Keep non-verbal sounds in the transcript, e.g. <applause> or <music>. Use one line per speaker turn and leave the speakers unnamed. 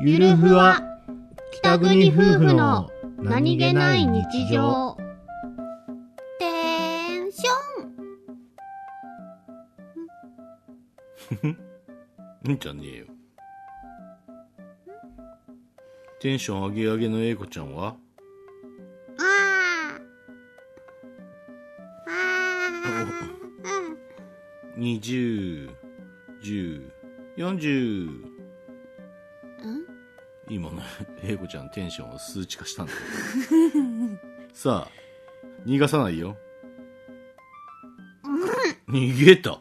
ゆるふわ北国夫婦の何気ない日常テンション
んじゃねえよテンション上げ上げの英子ちゃんは
あーあー
201040
うんうん
今の <laughs> 英子ちゃんテンションを数値化したんだ
<laughs>
よさあ逃がさないよ逃げた